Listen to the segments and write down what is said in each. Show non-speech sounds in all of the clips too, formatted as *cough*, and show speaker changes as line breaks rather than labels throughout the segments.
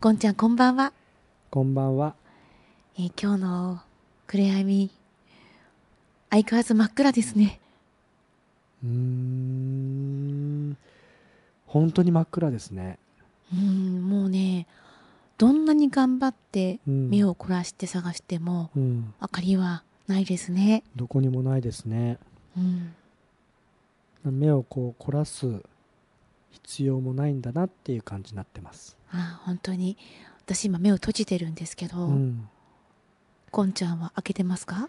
こんちゃんこんばんは、
こんばんは。
えー今日の暗闇相変わらず真っ暗ですね
うーん。本当に真っ暗ですね。
うんもうねどんなに頑張って
うん
目を凝らして探しても
うん。
明かりはないですね
どこにもないですね。
うん
目をこう凝らす必要もないんだなっていう感じになってます。
あー本当に私今目を閉じてるんですけど、
うん。
こんちゃんは開けてますか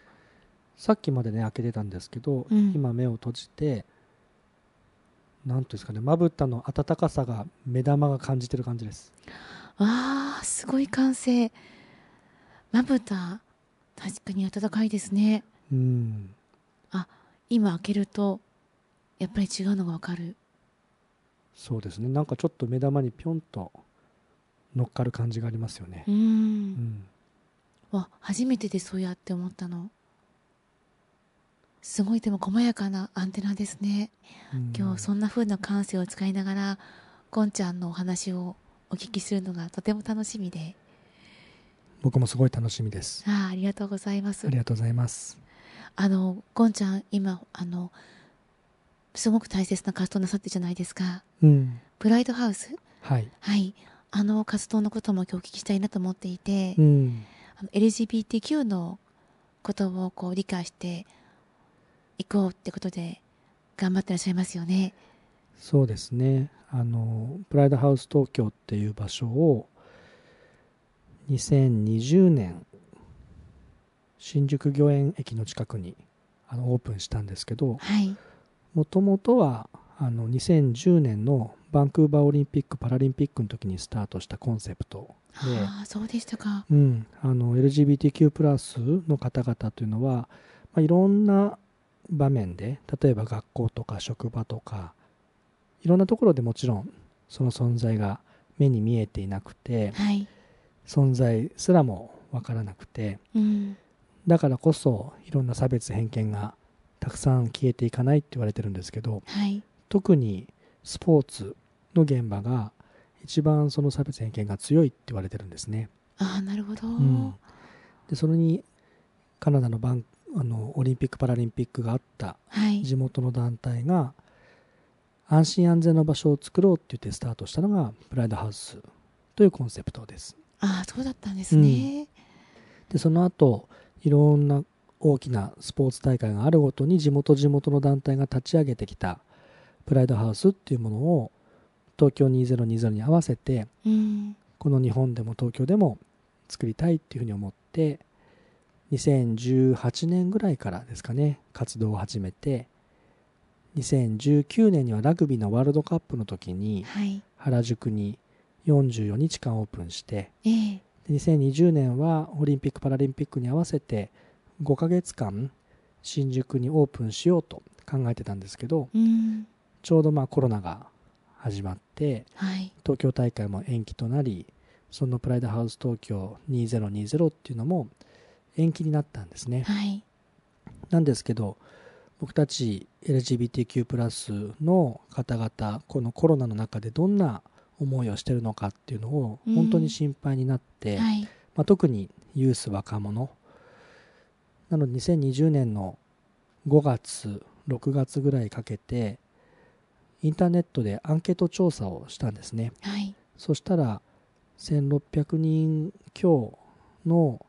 さっきまでね開けてたんですけど、
うん
今目を閉じて。なんというんですかね、まぶたの温かさが目玉が感じてる感じです。
わあすごい歓声まぶた確かに暖かいですね
うん。
今開けるとやっぱり違うのがわかる
そうですね。なんかちょっと目玉にぴょんと乗っかる感じがありますよね。
うん、
うん。
わ初めてでそうやって思ったのすごいでも細やかなアンテナですね
うん
今日そんな風な感性を使いながらこんちゃんのお話をお聞きするのがとても楽しみで
僕もすごい楽しみです。
あーありがとうございます
ありがとうございます。
あのゴンちゃん今あのすごく大切な活動なさってるじゃないですか
うん。
プライドハウス
はい。
はいあの活動のことも今日お聞きしたいなと思っていて、
うん。
あの LGBTQ のことをこう理解していこうってことで頑張ってらっしゃいますよね
そうですね。あの、プライドハウス東京っていう場所を、2020年、新宿御苑駅の近くにあのオープンしたんですけど、
はい
もともとは、あの、2010年のバンクーバーオリンピック・パラリンピックの時にスタートしたコンセプトで、
ああそうでしたか
うん、あの LGBTQ+ の方々というのは、まあ、いろんな場面で例えば学校とか職場とかいろんなところでもちろんその存在が目に見えていなくて
はい
存在すらもわからなくて
うん
だからこそいろんな差別偏見がたくさん消えていかないって言われてるんですけど
はい
特にスポーツの現場が一番その差別偏見が強いって言われてるんですね。
ああなるほど、
うん、でそれにカナダのバンあのオリンピック・パラリンピックがあった
はい
地元の団体が安心安全な場所を作ろうって言ってスタートしたのがプライドハウスというコンセプトです
ああそうだったんですね、
でその後いろんな大きなスポーツ大会があるごとに地元地元の団体が立ち上げてきたプライドハウスっていうものを東京2020に合わせて
うん
この日本でも東京でも作りたいっていうふうに思って2018年ぐらいからですかね活動を始めて2019年にはラグビーのワールドカップの時に
はい
原宿に44日間オープンして
ええ
で2020年はオリンピック・パラリンピックに合わせて5ヶ月間新宿にオープンしようと考えてたんですけど
うん
ちょうどまあコロナが始まって
はい
東京大会も延期となりそのプライドハウス東京2020っていうのも延期になったんですね
はい
なんですけど僕たち LGBTQ+ の方々このコロナの中でどんな思いをしてるのかっていうのを
うん
本当に心配になって、
はい
まあ、特にユース若者なので2020年の5月6月ぐらいかけてインターネットでアンケート調査をしたんですね
はい
そしたら1600人強の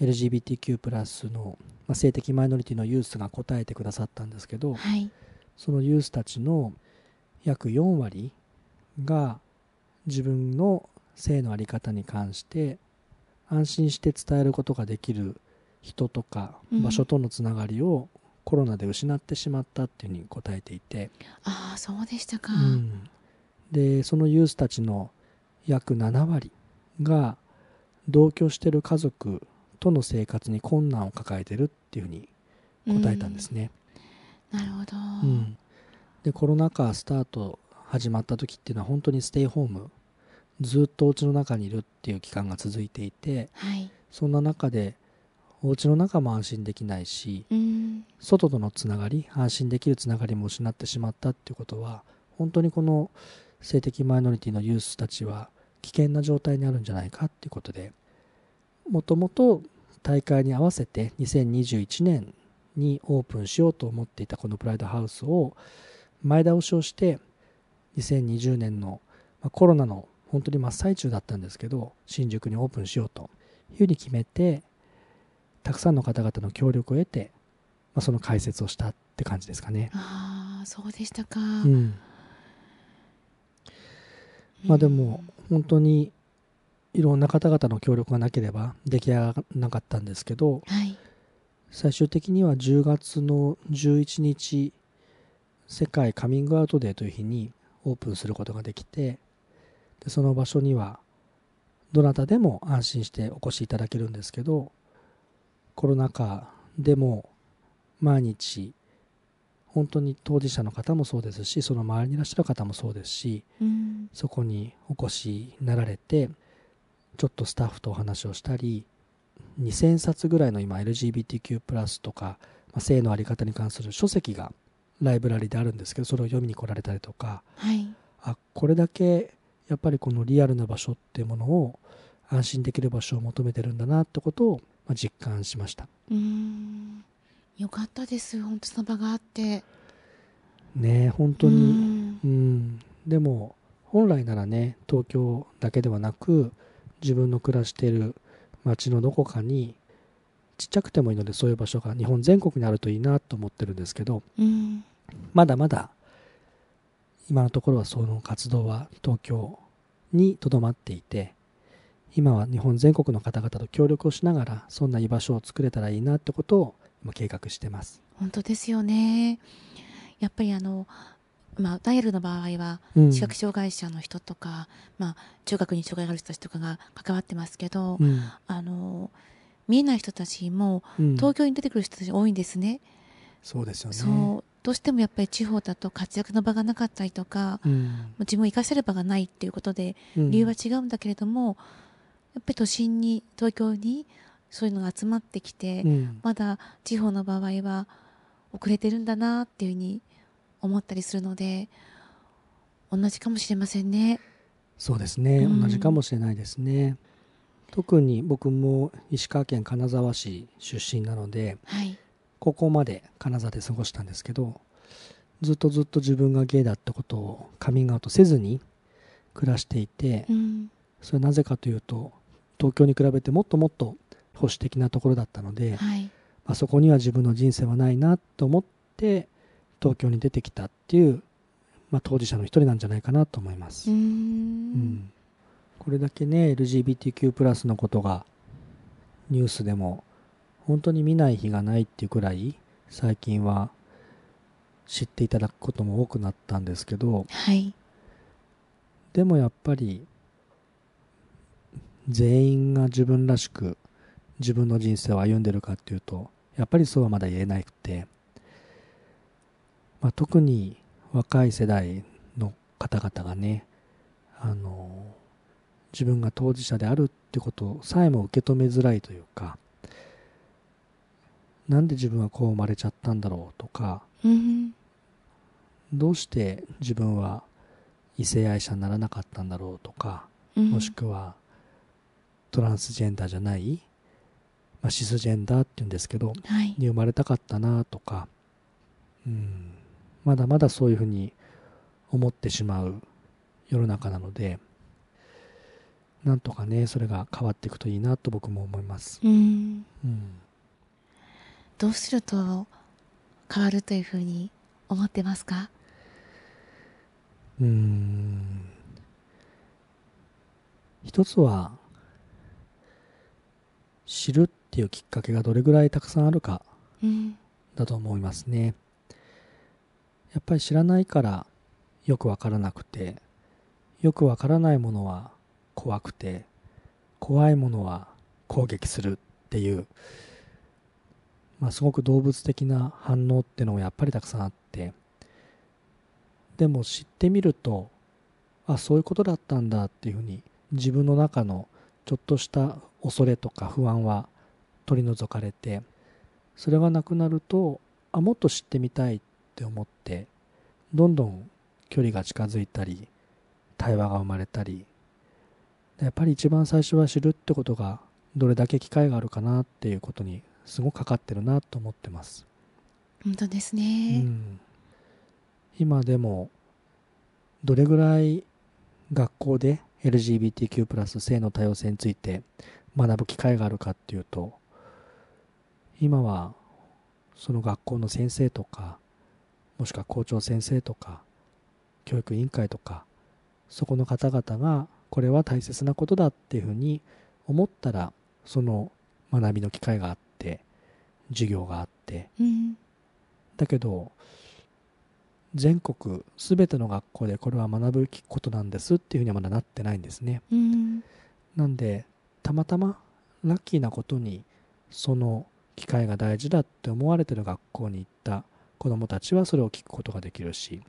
LGBTQ+ の、まあ、性的マイノリティのユースが答えてくださったんですけど
はい
そのユースたちの約4割が自分の性のあり方に関して安心して伝えることができる人とか
うん
場所とのつながりをコロナで失ってしまったっていうふうに答えていて、
ああそうでしたか、
うん、でそのユースたちの約7割が同居してる家族との生活に困難を抱えてるっていうふうに答えたんですね、
なるほど、
うんでコロナ禍スタート始まった時っていうのは本当にステイホームずっとお家の中にいるっていう期間が続いていて
はい
そんな中でお家の中も安心できないし
うん
外とのつながり安心できるつながりも失ってしまったっていうことは本当にこの性的マイノリティのユースたちは危険な状態にあるんじゃないかっていうことでもともと大会に合わせて2021年にオープンしようと思っていたこのプライドハウスを前倒しをして2020年のまあコロナの本当に真っ最中だったんですけど新宿にオープンしようというふうに決めてたくさんの方々の協力を得て、まあ、その開設をしたって感じですかね。
ああそうでしたか、
うんまあでも本当にいろんな方々の協力がなければ出来上がらなかったんですけど
はい
最終的には10月の11日世界カミングアウトデーという日にオープンすることができてでその場所にはどなたでも安心してお越しいただけるんですけどコロナ禍でも毎日本当に当事者の方もそうですしその周りにいらっしゃる方もそうですし
うん
そこにお越しになられてちょっとスタッフとお話をしたり2000冊ぐらいの今 LGBTQ+ とか、まあ、性のあり方に関する書籍がライブラリであるんですけどそれを読みに来られたりとか
はい
あこれだけやっぱりこのリアルな場所っていうものを安心できる場所を求めてるんだなってことをまあ実感しました
うんよかったです本当その場があって
ねえ本当に
うん
うん、でも本来ならね東京だけではなく自分の暮らしている町のどこかにちっちゃくてもいいのでそういう場所が日本全国にあるといいなと思ってるんですけど
うん
まだまだ今のところはその活動は東京にとどまっていて今は日本全国の方々と協力をしながらそんな居場所を作れたらいいなってことを今計画してます。
本当ですよねやっぱりあのまあダイヤルの場合は
うん
視覚障害者の人とか、まあ、聴覚に障害がある人たちとかが関わってますけど、
うん
あの見えない人たちも
うん
東京に出てくる人たち多いんですね、
そうですよね。
そうどうしてもやっぱり地方だと活躍の場がなかったりとか
うん
自分を生かせる場がないっていうことで
うん
理由は違うんだけれども、やっぱり都心に東京にそういうのが集まってきて、
うん
まだ地方の場合は遅れてるんだなっていうふうに思ったりするので同じかもしれませんね。
そうですね、
うん
同じかもしれないですね特に僕も石川県金沢市出身なので
はい、
高校まで金沢で過ごしたんですけどずっとずっと自分がゲイだってことをカミングアウトせずに暮らしていて
うん
それなぜかというと東京に比べてもっともっと保守的なところだったので、
はい
まあ、そこには自分の人生はないなと思って東京に出てきたっていう、まあ、当事者の一人なんじゃないかなと思います
うー。ん
うんこれだけね LGBTQ+ のことがニュースでも本当に見ない日がないっていうくらい最近は知っていただくことも多くなったんですけど
はい
でもやっぱり全員が自分らしく自分の人生を歩んでるかっていうとやっぱりそうはまだ言えなくて、まあ、特に若い世代の方々がねあの自分が当事者であるってことさえも受け止めづらいというかなんで自分はこう生まれちゃったんだろうとか
うん
どうして自分は異性愛者にならなかったんだろうとか
うん
もしくはトランスジェンダーじゃない、まあ、シスジェンダーっていうんですけど
はい
に生まれたかったなとか、うん、まだまだそういうふうに思ってしまう世の中なのでなんとかねそれが変わっていくといいなと僕も思います。
うん
うん
どうすると変わるというふうに思ってますか
うーん一つは知るっていうきっかけがどれぐらいたくさんあるか
うん
だと思いますねやっぱり知らないからよくわからなくてよくわからないものは怖くて怖いものは攻撃するっていう、まあ、すごく動物的な反応ってのもやっぱりたくさんあってでも知ってみるとあそういうことだったんだっていうふうに自分の中のちょっとした恐れとか不安は取り除かれてそれがなくなるとあもっと知ってみたいって思ってどんどん距離が近づいたり対話が生まれたりやっぱり一番最初は知るってことがどれだけ機会があるかなっていうことにすごくかかってるなと思ってます、
本当です
う
ね。
ん、今でもどれぐらい学校で LGBTQ+ プラス性の多様性について学ぶ機会があるかっていうと今はその学校の先生とかもしくは校長先生とか教育委員会とかそこの方々がこれは大切なことだっていうふうに思ったらその学びの機会があって授業があって
うん、
だけど全国すべての学校でこれは学ぶことなんですっていうふうにはまだなってないんですね
うん、
なんでたまたまラッキーなことにその機会が大事だって思われてる学校に行った子どもたちはそれを聞くことができるし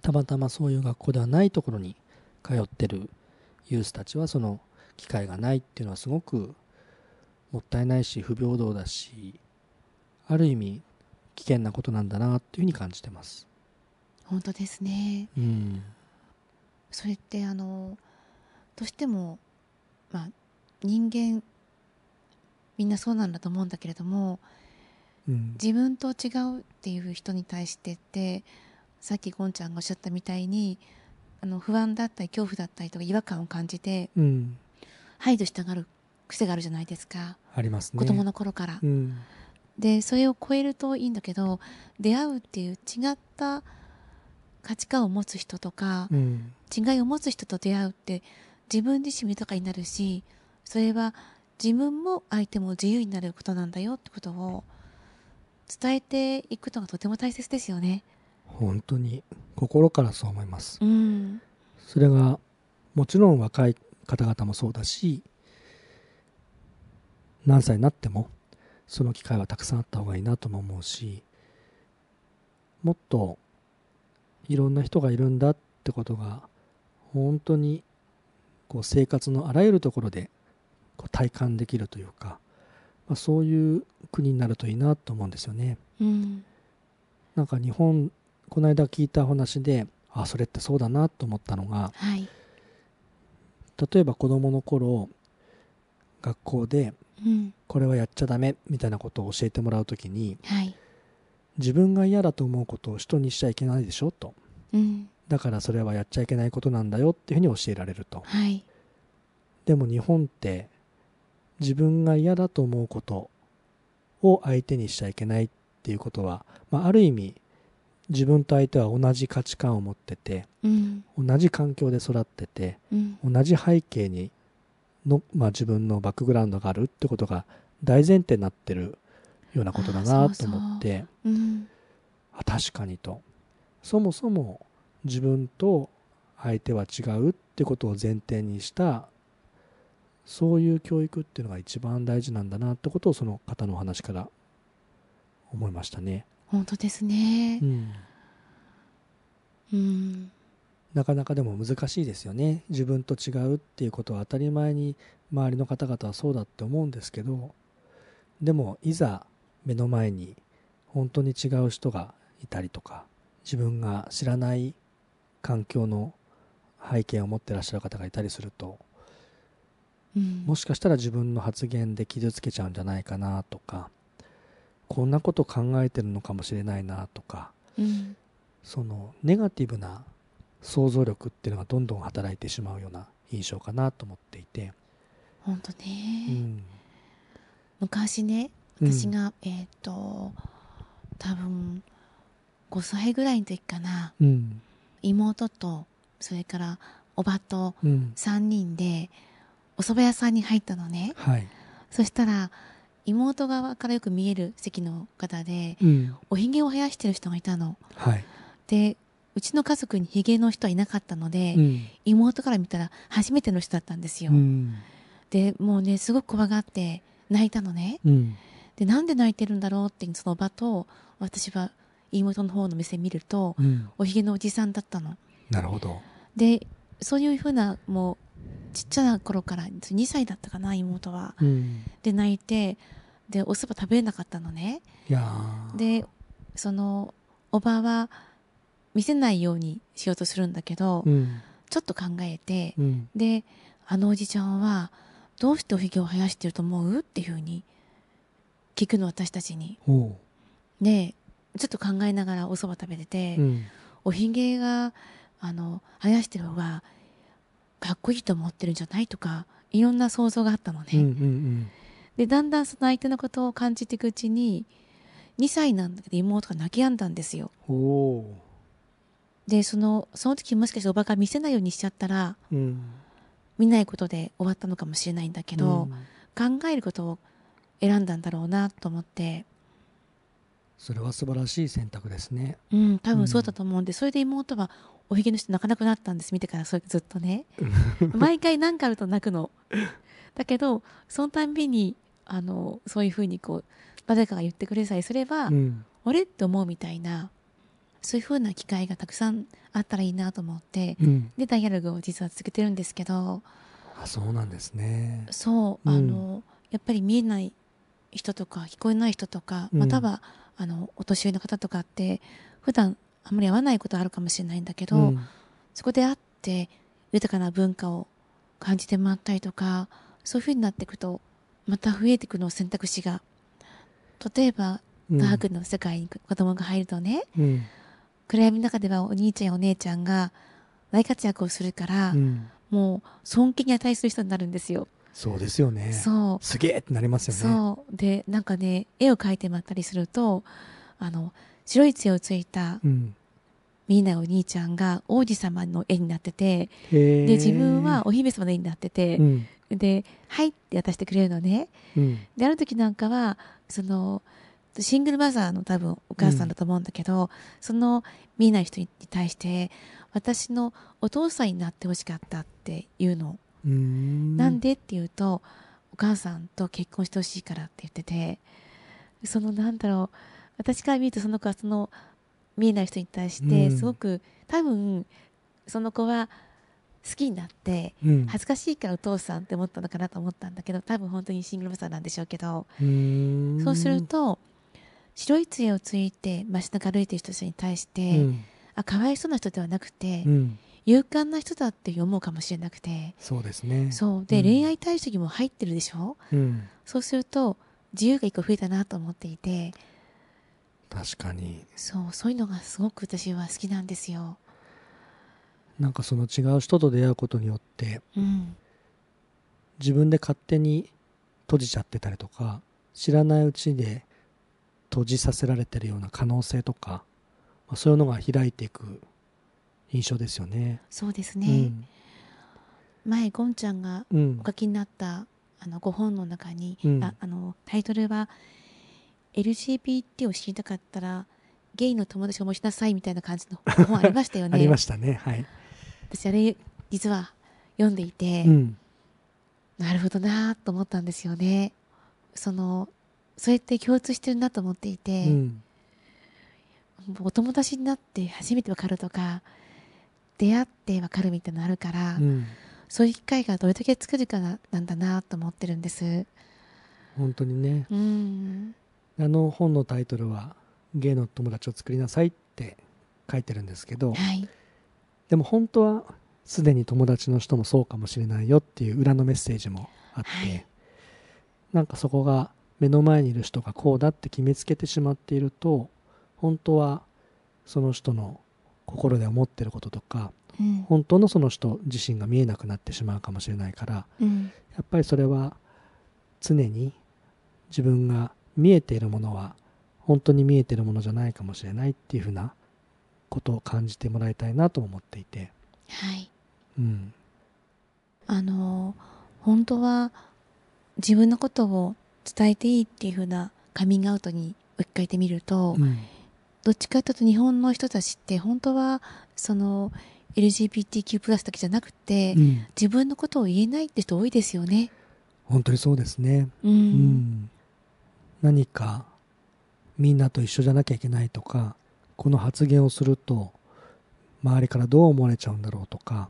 たまたまそういう学校ではないところに通ってるユースたちはその機会がないっていうのはすごくもったいないし不平等だしある意味危険なことなんだなっていうふうに感じてます。
本当ですね。
うん
それってあのどうしても、まあ、人間みんなそうなんだと思うんだけれども
うん
自分と違うっていう人に対してってさっきゴンちゃんがおっしゃったみたいにあの不安だったり恐怖だったりとか違和感を感じて
うん、
排除したがる癖があるじゃないですか
ありますね。
子供の頃から。
うん
でそれを超えるといいんだけど出会うっていう違った価値観を持つ人とか、
うん
違いを持つ人と出会うって自分自身も豊かになるしそれは自分も相手も自由になることなんだよってことを伝えていくのがとても大切ですよね。
本当に心からそう思います
うん、
それがもちろん若い方々もそうだし何歳になってもその機会はたくさんあった方がいいなとも思うしもっといろんな人がいるんだってことが本当にこう生活のあらゆるところでこう体感できるというか、まあ、そういう国になるといいなと思うんですよね。
うん、
なんか日本この間聞いた話であそれってそうだなと思ったのが
はい、
例えば子どもの頃学校で
うん、
これはやっちゃダメみたいなことを教えてもらうときに
はい、
自分が嫌だと思うことを人にしちゃいけないでしょと
うん、
だからそれはやっちゃいけないことなんだよっていうふうに教えられると
はい、
でも日本って自分が嫌だと思うことを相手にしちゃいけないっていうことは、まあ、ある意味自分と相手は同じ価値観を持ってて
うん、
同じ環境で育ってて
うん、
同じ背景にの、まあ、自分のバックグラウンドがあるってことが大前提になってるようなことだ
あ
な
ーそ
と
うそう
思って
うん、
あ確かにとそもそも自分と相手は違うってことを前提にしたそういう教育っていうのが一番大事なんだなってことをその方のお話から思いましたね、
本当ですね
う。ん、
うん、
なかなかでも難しいですよね自分と違うっていうことは当たり前に周りの方々はそうだって思うんですけどでもいざ目の前に本当に違う人がいたりとか自分が知らない環境の背景を持ってらっしゃる方がいたりすると
うん、
もしかしたら自分の発言で傷つけちゃうんじゃないかなとかこんなこと考えてるのかもしれないなとか
うん、
そのネガティブな想像力っていうのがどんどん働いてしまうような印象かなと思っていて、
本当ね。
うん
昔ね
うん
私が、えっ、と多分5歳ぐらいの時かな
うん
妹とそれからおばと
うん、
3人でお蕎麦屋さんに入ったのね
はい、
そしたら妹側からよく見える席の方で
うん、
おひげを生やしてる人がいたの
はい、
でうちの家族にひげの人はいなかったので、
うん
妹から見たら初めての人だったんですよ、
うん
でもうねすごく怖がって泣いたのね
うん
でなんで泣いてるんだろうってその場と私は妹の方の店見ると
うん、
おひげのおじさんだったの
なるほど、
でそういうふうなもうちっちゃな頃から2歳だったかな妹は
うん、
で泣いてでおそば食べれなかったのね
いやー
でそのおばは見せないようにしようとするんだけど、
うん
ちょっと考えて
うん
であのおじちゃんはどうしておひげを生やしてると思うっていうふうに聞くの私たちに
おう
でちょっと考えながらおそば食べてて、
うん
おひげがあの生やしてる方がかっこいいと思ってるんじゃないとかいろんな想像があったのね、
うんうん
でだんだんその相手のことを感じていくうちに2歳なんだけど妹が泣き止んだんですよ
うんおう
でそのその時もしかしておばが見せないようにしちゃったら
うん
見ないことで終わったのかもしれないんだけど、
うん
考えることを選んだんだろうなと思って、
それは素晴らしい選択ですね
うん、多分そうだと思うんで、それで妹はおひげの人泣かなくなったんです見てからそれずっと
*laughs*
ね毎回何かあると泣くのだけどそのたんびにあのそういうふうにこう誰かが言ってくれさえすれば、
うん
俺って思うみたいなそういうふうな機会がたくさんあったらいいなと思って
うん
でダイアログを実は続けてるんですけど
あそうなんですね
そう、
うん
あのやっぱり見えない人とか聞こえない人とか、
うん
またはあのお年寄りの方とかって普段あんまり会わないことあるかもしれないんだけど、
うん
そこで会って豊かな文化を感じてもらったりとかそういうふうになっていくとまた増えていくの選択肢が例えば
うん
科学の世界に子供が入るとね、
うん
暗闇の中ではお兄ちゃんやお姉ちゃんが大活躍をするから、
うん
もう尊敬に値する人になるんですよ。
そうですよね
そう
すげえってなりますよね
そうでなんかね絵を描いてもらったりするとあの白い杖をついた
うん
ミーナお兄ちゃんが王子様の絵になってて
へえ
で自分はお姫様の絵になってて
う、ん
で「はい」って渡してくれるのね
うん
である時なんかはそのシングルマザーの多分お母さんだと思うんだけど、そのミーナの人に対して「私のお父さんになってほしかった」っていうの、
うーん
なんでって言うとお母さんと結婚してほしいからって言っててそのなんだろう私から見るとその子はその見えない人に対し
う
て
ん
すごく、多分その子は好きになって
うん
恥ずかしいからお父さんって思ったのかなと思ったんだけど多分本当にシングルマザーなんでしょうけど、
うーん
そうすると白い杖をついて街中歩いてる人たちに対して、
うん
あかわいそうな人ではなくて、
うん
勇敢な人だって思うかもしれなくて、
そうですね
そうで、
うん
恋愛対象にも入ってるでしょ
うん
そうすると自由が一個増えたなと思っていて
確かに
そうそういうのがすごく私は好きなんですよ。
なんかその違う人と出会うことによって
うん、
自分で勝手に閉じちゃってたりとか知らないうちで閉じさせられてるような可能性とか、まあ、そういうのが開いていく印象ですよね。
そうですね、前ゴンちゃんが
うん、うん
お書きになったあのご本の中に、
うん
ああのタイトルは「LGBT を知りたかったらゲイの友達を持ちなさい」みたいな感じの本ありましたよ
*laughs* あり
ね
ま。したね。はい。
私あれ実は読んでいて、
うん、
なるほどなと思ったんですよね。そのそれって共通してるなと思っていて、
うん、
お友達になって初めて分かるとか出会って分かるみたいなのあるから、
うん、
そういう機会がどれだけ作るかななんだなと思ってるんです
本当にね。
うん
あの本のタイトルは「ゲイの友達を作りなさい」って書いてるんですけど、
はい
でも本当はすでに友達の人もそうかもしれないよっていう裏のメッセージもあって、
はい
なんかそこが目の前にいる人がこうだって決めつけてしまっていると本当はその人の心で思ってることとか
うん
本当のその人自身が見えなくなってしまうかもしれないから
うん
やっぱりそれは常に自分が見えているものは本当に見えているものじゃないかもしれないっていうふうなことを感じてもらいたいなとも思っていて。
はい
うん、
あの本当は自分のことを伝えていいっていう風なカミングアウトに置き換えてみると、
うん
どっちかというと日本の人たちって本当はその LGBTQ+ だけじゃなくて、
うん
自分のことを言えないって人多いですよね。
本当にそうですね、
う
うん
ん
何かみんなと一緒じゃなきゃいけないとかこの発言をすると周りからどう思われちゃうんだろうとか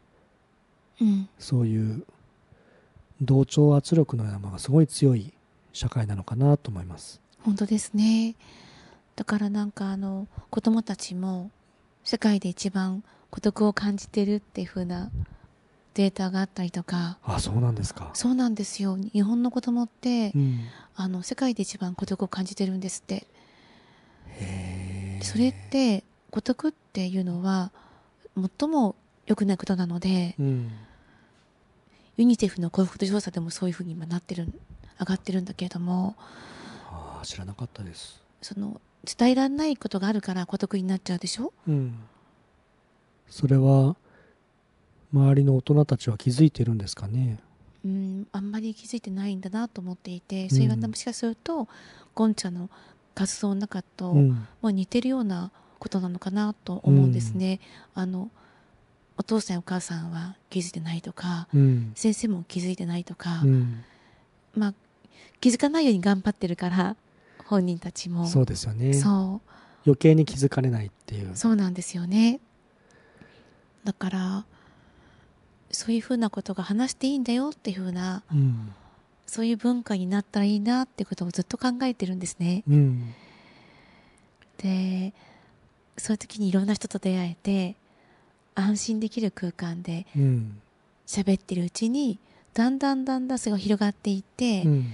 うん
そういう同調圧力のようなものがすごい強い社会なのかなと思います。
本当ですねだからなんかあの子供たちも世界で一番孤独を感じてるっていう風なデータがあったりとか
あそうなんですか
そうなんですよ日本の子供って
うん
あの世界で一番孤独を感じてるんですって
へえ
それって孤独っていうのは最も良くないことなので
うん
ユニセフの幸福度調査でもそういうふうに今なってる上がってるんだけれども
あー知らなかったです
その伝えられないことがあるから孤独になっちゃうでしょ
うんそれは周りの大人たちは気づいてるんですかね
うんあんまり気づいてないんだなと思っていてそれが
うん
もしかするとゴンちゃんの活動の中と、
うん
まあ、似てるようなことなのかなと思うんですね。あのお父さんやお母さんは気づいてないとか
うん
先生も気づいてないとか、
うん
まあ、気づかないように頑張ってるから本人たちも
そうですよね
そ
余計に気づかれないっていう
うそうなんですよねだからそういうふうなことが話していいんだよっていうふうな
うん
そういう文化になったらいいなってことをずっと考えてるんですね。
うん
でそういう時にいろんな人と出会えて安心できる空間で
うん
喋ってるうちにだんだんだんだんそれが広がっていって、
うん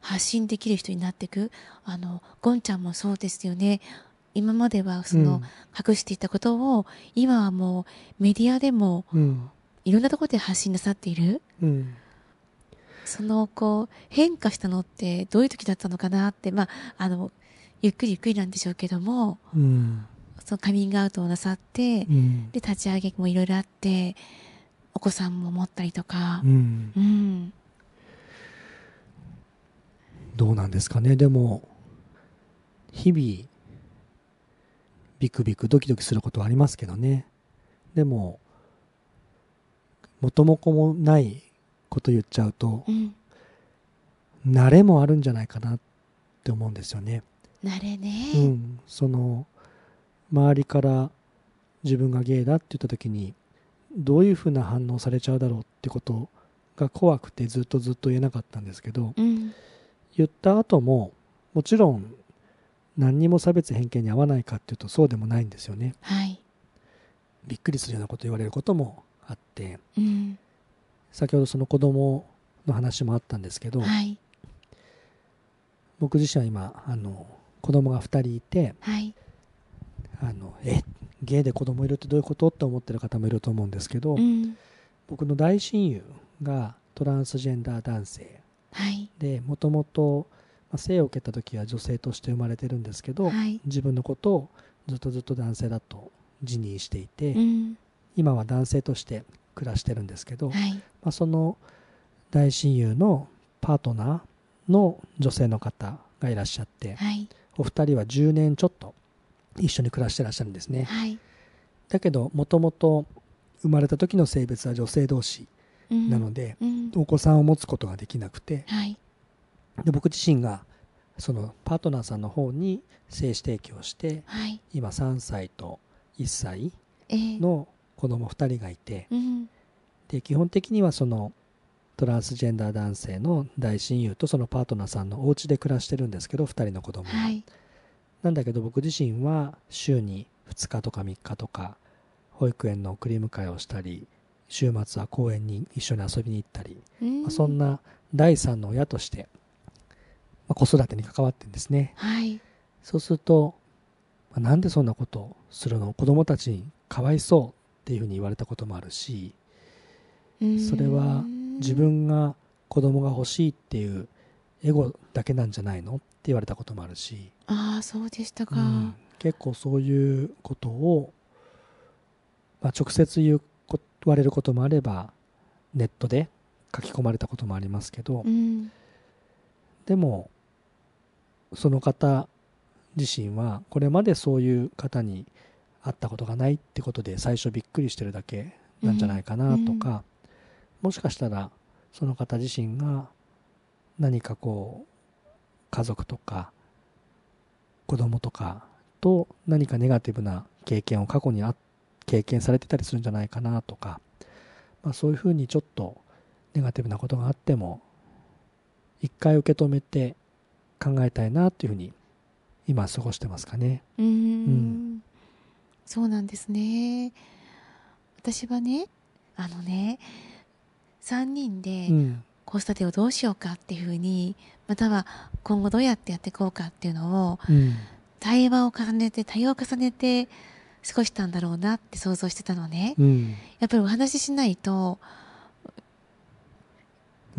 発信できる人になっていくあのゴンちゃんもそうですよね今まではその、隠していたことを今はもうメディアでも
うん
いろんなところで発信なさっている
うん
そのこう変化したのってどういう時だったのかなってまああのゆっくりゆっくりなんでしょうけども
うん
そのカミングアウトをなさって、
うん
で立ち上げもいろいろあってお子さんも持ったりとか
う、ん
うん、
どうなんですかねでも日々ビクビクドキドキすることはありますけどねでも元も子もないこと言っちゃうと
うん、
慣れもあるんじゃないかなって思うんですよね、
慣れね、
うん、その周りから自分がゲイだって言った時にどういうふうな反応されちゃうだろうってことが怖くてずっとずっと言えなかったんですけど、
うん、
言った後ももちろん何にも差別偏見に合わないかっていうとそうでもないんですよね
はい、
びっくりするようなこと言われることもあって
うん、
先ほどその子供の話もあったんですけど、
はい、
僕自身は今あの子供が2人いて
はい、
あのえゲイで子供いるってどういうことって思ってる方もいると思うんですけど、
うん、
僕の大親友がトランスジェンダー男性
はい、
でもともとまあ生を受けた時は女性として生まれてるんですけ
は
ど、
い、
自分のことをずっとずっと男性だと自認していて、
うん、
今は男性として暮らしてるんですけど、ま
はい、
あ、その大親友のパートナーの女性の方がいらっしゃって、
はい、
お二人は10年ちょっと一緒に暮らしてらっしゃるんですね、
はい、
だけどもともと生まれた時の性別は女性同士
うん、
なので、
うん、
お子さんを持つことができなくて
はい、
で僕自身がそのパートナーさんの方に精子提供して
はい、
今3歳と1歳
えー、
の子供2人がいて
うん、
で基本的にはそのトランスジェンダー男性の大親友とそのパートナーさんのお家で暮らしてるんですけど2人の子供は
はい、
なんだけど僕自身は週に2日とか3日とか保育園の送り迎えをしたり週末は公園に一緒に遊びに行ったり、
うん
まあそん、な第三の親として、まあ子育てに関わってるんですね
はい、
そうすると、まあなんでそんなことをするの子供たちにかわいそうっていうふうに言われたこともあるし、
うん
それは自、分が子供が欲しいっていうエゴだけなんじゃないのって言われたこともあるし、
ああそうでしたか、
うん結構そういうことを、まあ、直接言うこ言われることもあればネットで書き込まれたこともありますけど、
うん、
でもその方自身はこれまでそういう方に会ったことがないってことで最初びっくりしてるだけなんじゃないかなとか、もしかしたらその方自身が何かこう家族とか子供とかと何かネガティブな経験を過去にあ経験されてたりするんじゃないかなとか、まあ、そういうふうにちょっとネガティブなことがあっても一回受け止めて考えたいなというふうに今過ごしてますかね。
うん、
ん
そうなんですね私はねあのね3人で
うん
子育てをどうしようかっていうふうにまたは今後どうやってやっていこうかっていうのを
うん
対話を重ねて対話を重ねて過ごしたんだろうなって想像してたのね
うん、
やっぱりお話ししないと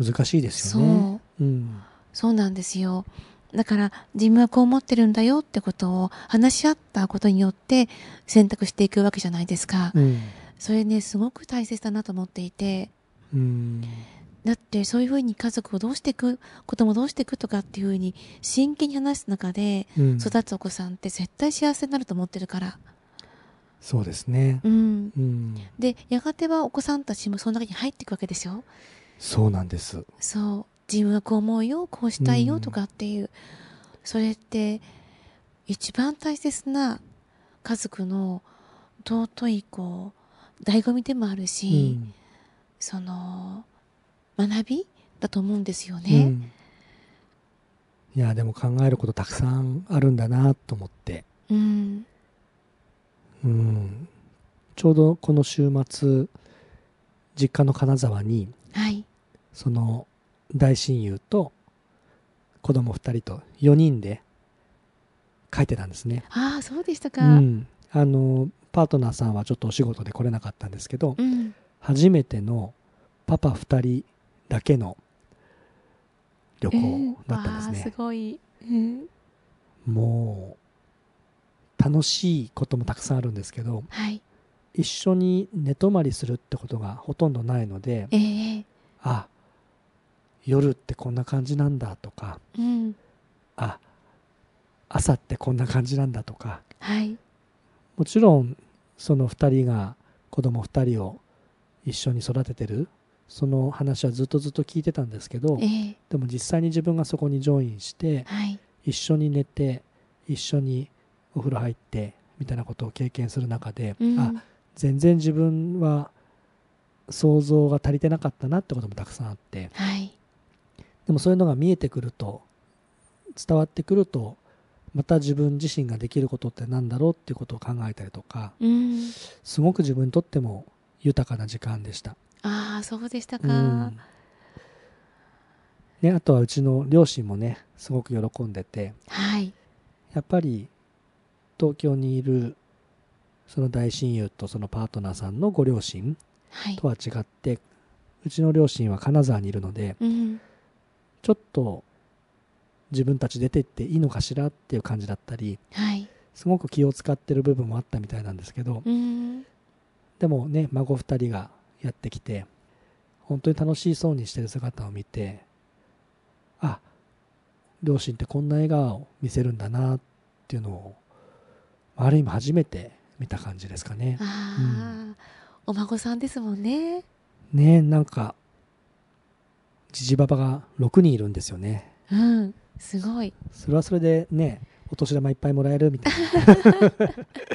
難しいですよね。
そう
うん
そうなんですよだから自分はこう思ってるんだよってことを話し合ったことによって選択していくわけじゃないですか
うん
それねすごく大切だなと思っていて
うん
だってそういうふうに家族をどうしていく子供をどうしていくとかっていうふうに真剣に話す中で
うん
育つお子さんって絶対幸せになると思ってるから、
そうですね。
うん、
うん、
でやがてはお子さんたちもその中に入っていくわけでしょ
そうなんです。
そう自分はこう思うよこうしたいうよ
ん
とかっていう、それって一番大切な家族の尊いこう醍醐味でもある
う
し、
ん
その学びだと思うんですよ
う
ね。
んいやでも考えることたくさんあるんだなと思って、
うん、
うん、ちょうどこの週末実家の金沢に
はい、
その大親友と子供2人と4人で書いてたんですね。
ああそうでした
う
か。うん、
ん、あのパートナーさんはちょっとお仕事で来れなかったんですけど、初めてのパパ2人だけの旅行だったんです
わあす
ね、
ごい。うん、
もう楽しいこともたくさんあるんですけど
はい、
一緒に寝泊まりするってことがほとんどないので
ええ
あ夜ってこんな感じなんだとか
うん、
あ朝ってこんな感じなんだとか
はい、
もちろんその2人が子供2人を一緒に育ててるその話はずっとずっと聞いてたんですけど
ええ
でも実際に自分がそこにジョインして
はい、
一緒に寝て一緒にお風呂入ってみたいなことを経験する中で、
うん、
あ全然自分は想像が足りてなかったなってこともたくさんあって
はい、
でもそういうのが見えてくると伝わってくるとまた自分自身ができることってなんだろうっていうことを考えたりとか
うん、
すごく自分にとっても豊かな時間でした。
ああそうでした
う
か。
んね、あとはうちの両親もねすごく喜んでて
はい、
やっぱり東京にいるその大親友とそのパートナーさんのご両親
はい
と、は違ってうちの両親は金沢にいるので
うん、
ちょっと自分たち出てっていいのかしらっていう感じだったり
はい、
すごく気を使ってる部分もあったみたいなんですけど
うん、
でもね孫2人がやってきて本当に楽しそうにしてる姿を見てあ両親ってこんな笑顔を見せるんだなっていうのをある意味初めて見た感じですかね。
ああ、お孫さんですもんね。
ねなんかじじばばが6人いるんですよね。
うん、すごい。
それはそれでねお年玉いっぱいもらえるみたいな。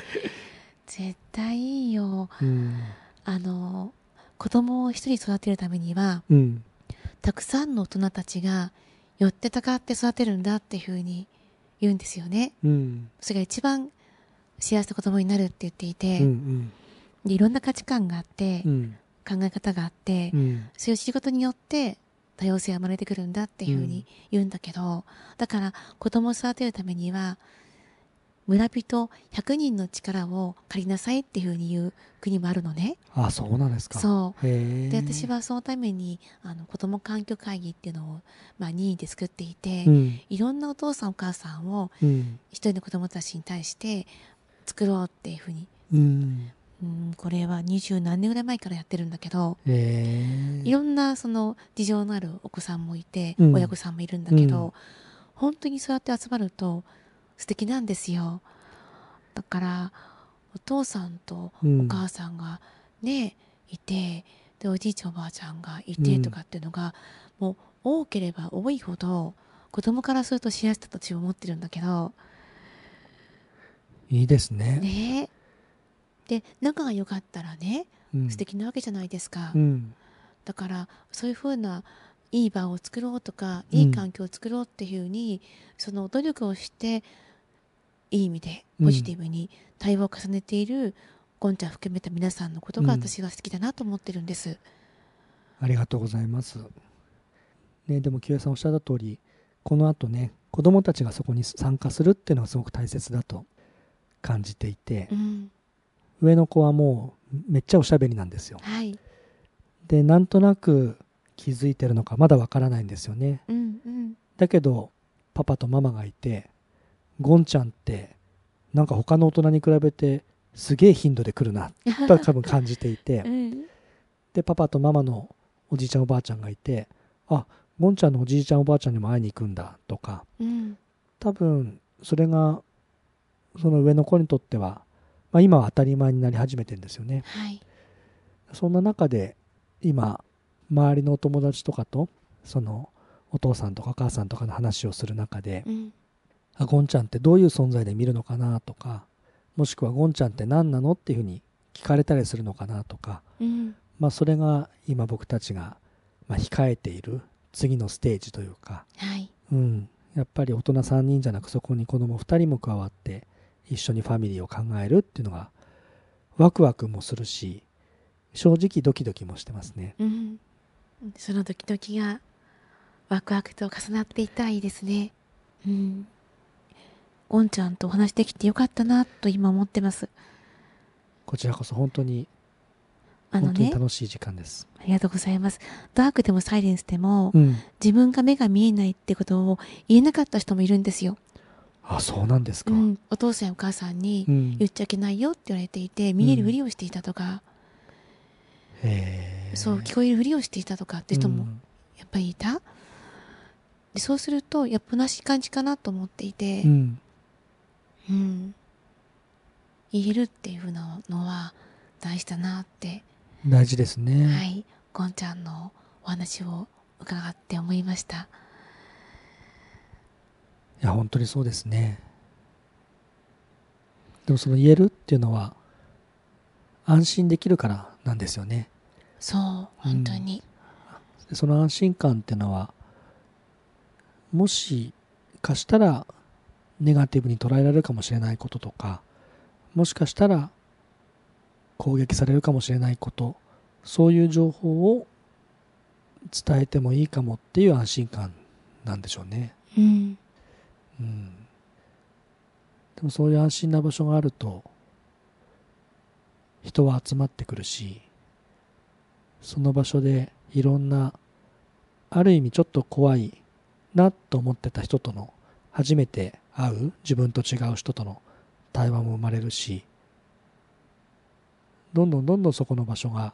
*laughs* 絶対いいよ。
うん
あの子供を一人育てるためには
うん
たくさんの大人たちが寄ってたかって育てるんだっていうふうに言うんですよね。
うん
それが一番幸せな子供になるって言ってい
うん
て、
うん
でいろんな価値観があって、
うん
考え方があって、
うん
そういう仕事によって多様性が生まれてくるんだっていうふうに言うんだけど、だから子供を育てるためには村人100人の力を借りなさいっていうふうに言う国もあるのね。
あそうなんですか。
そう
へえ
で私、はそのためにあの子ども環境会議っていうのを、まあ、任意で作っていて、
うん
いろんなお父さんお母さんを
うん
一人の子どもたちに対して作ろうっていうふうに、
うん
うん、これは二十何年ぐらい前からやってるんだけど、
え
いろんなその事情のあるお子さんもいて、
うん
親御さんもいるんだけど、
うん
本当にそうやって集まると素敵なんですよだからお父さんと
うん
お母さんがね、いてでおじいちゃんおばあちゃんがいて
うん
とかっていうのが、もう多ければ多いほど子供からすると幸せだと自分思ってるんだけど
いいですね。
ねで仲が良かったらね
うん
素敵なわけじゃないですか。
うん
だからそういうふうないい場を作ろうとか
うん
いい環境を作ろうっていうふうに、その努力をしていい意味で
うん
ポジティブに対話を重ねているごゴンちゃん含めた皆さんのことが
うん
私が好きだなと思ってるんです、
ありがとうございます。ね、でも清江さんおっしゃった通り、この後ね、子供たちがそこに参加するっていうのがすごく大切だと感じていて
う、ん、
上の子はもうめっちゃおしゃべりなんですよ。
はい、
で、なんとなく気づいてるのかまだわからないんですよね。
うんうん、
だけど、パパとママがいて、ゴンちゃんって、なんか他の大人に比べてすげえ頻度で来るな、と多分感じていて
*laughs* う、ん、
でパパとママのおじいちゃんおばあちゃんがいてあゴンちゃんのおじいちゃんおばあちゃんにも会いに行くんだとか
うん、
多分それがその上の子にとっては、まあ、今は当たり前になり始めてるんですよね
はい、
そんな中で今周りのお友達とかとそのお父さんとかお母さんとかの話をする中で
うん、
あゴンちゃんってどういう存在で見るのかなとかもしくはゴンちゃんって何なのっていうふうに聞かれたりするのかなとか
うん、
まあ、それが今僕たちが、まあ、控えている次のステージというか、
はい、
うん、やっぱり大人3人じゃなくそこに子供2人も加わって一緒にファミリーを考えるっていうのがワクワクもするし正直ドキドキもしてますね。
うん、その時々がワクワクと重なっていたいいですね。うん、ゴンちゃんとお話できてよかったなと今思ってます。
こちらこそ本当に、
あの
本当に
ね、
楽しい時間です。
ありがとうございます。ダークでもサイレンスでも、
うん、
自分が目が見えないってことを言えなかった人もいるんですよ。
あそうなんです
う
か。
ん、お父さんやお母さんに
うん
言っちゃいけないよって言われていて、見えるふりをしていたとか、
へえ
そう聞こえるふりをしていたとかって人もやっぱりいた。でそうするとやっぱ同じ感じかなと思っていて
うん、う
う
ん
ん、言えるっていうふうなのは大事だなって、
大事ですね。
はいゴンちゃんのお話を伺って思いました
いや本当にそうですねでもその言えるっていうのは安心できるからなんですよね
そう本当に、
でその安心感っていうのはもしかしたらネガティブに捉えられるかもしれないこととかもしかしたら攻撃されるかもしれないことそういう情報を伝えてもいいかもっていう安心感なんでしょうね。
うん
うんでもそういう安心な場所があると人は集まってくるしその場所でいろんなある意味ちょっと怖いなと思ってた人との初めて会う自分と違う人との対話も生まれるしどんどんどんどんそこの場所が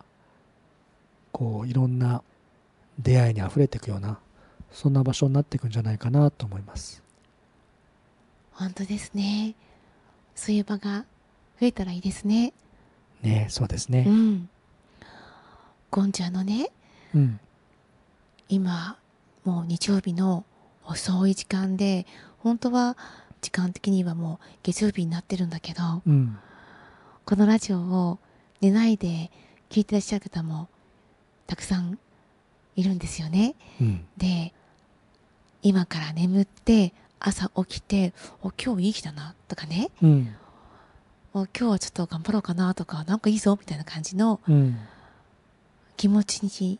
こういろんな出会いにあふれていくようなそんな場所になっていくんじゃないかなと思います。
本当ですねそういう場が増えたらいいですね
ねそうです
う
ね。
んゴンちゃんのね
うん。
今もう日曜日の遅い時間で本当は時間的にはもう月曜日になってるんだけど、
うん。
このラジオを寝ないで聞いてらっしゃる方もたくさんいるんですよね。
うん。
で、今から眠って朝起きて、お、今日いい日だなとかね、
うん。
お、今日はちょっと頑張ろうかなとか、なんかいいぞみたいな感じの
うん。
気持ちに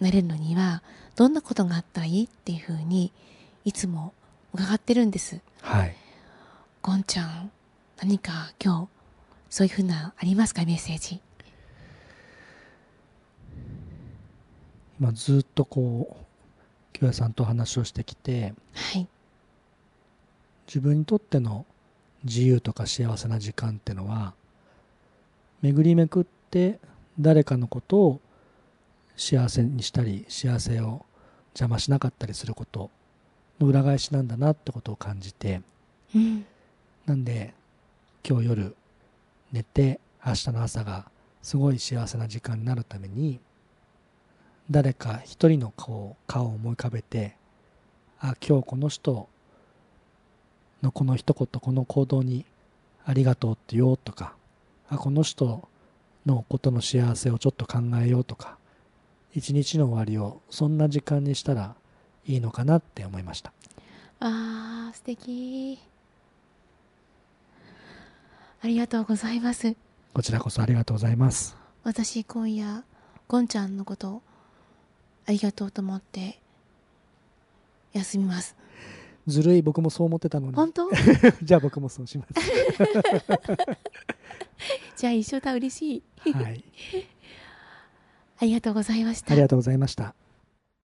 なれるのには、どんなことがあったらいいっていうふうに、いつも伺ってるんです。
はい。
ゴンちゃん、何か今日、そういうふうな、ありますかメッセージ。
今ずっとこう、清江さんと話をしてきて、
はい。
自分にとっての自由とか幸せな時間ってのは、巡りめくって誰かのことを幸せにしたり、幸せを邪魔しなかったりすることの裏返しなんだなってことを感じて、
うん。
なんで今日夜寝て明日の朝がすごい幸せな時間になるために誰か一人の顔を顔を思い浮かべてあ今日この人のこの一言この行動にありがとうって言おうとかあこの人のことの幸せをちょっと考えようとか一日の終わりをそんな時間にしたらいいのかなって思いました。
あー、素敵。ありがとうございます。
こちらこそありがとうございます。
私今夜ゴンちゃんのことありがとうと思って休みます
ずるい僕もそう思ってたのに
本当 *laughs*
*laughs* じゃあ僕もそうします
じゃあ一緒だ嬉しい
はい
ありがとうございました
ありがとうございました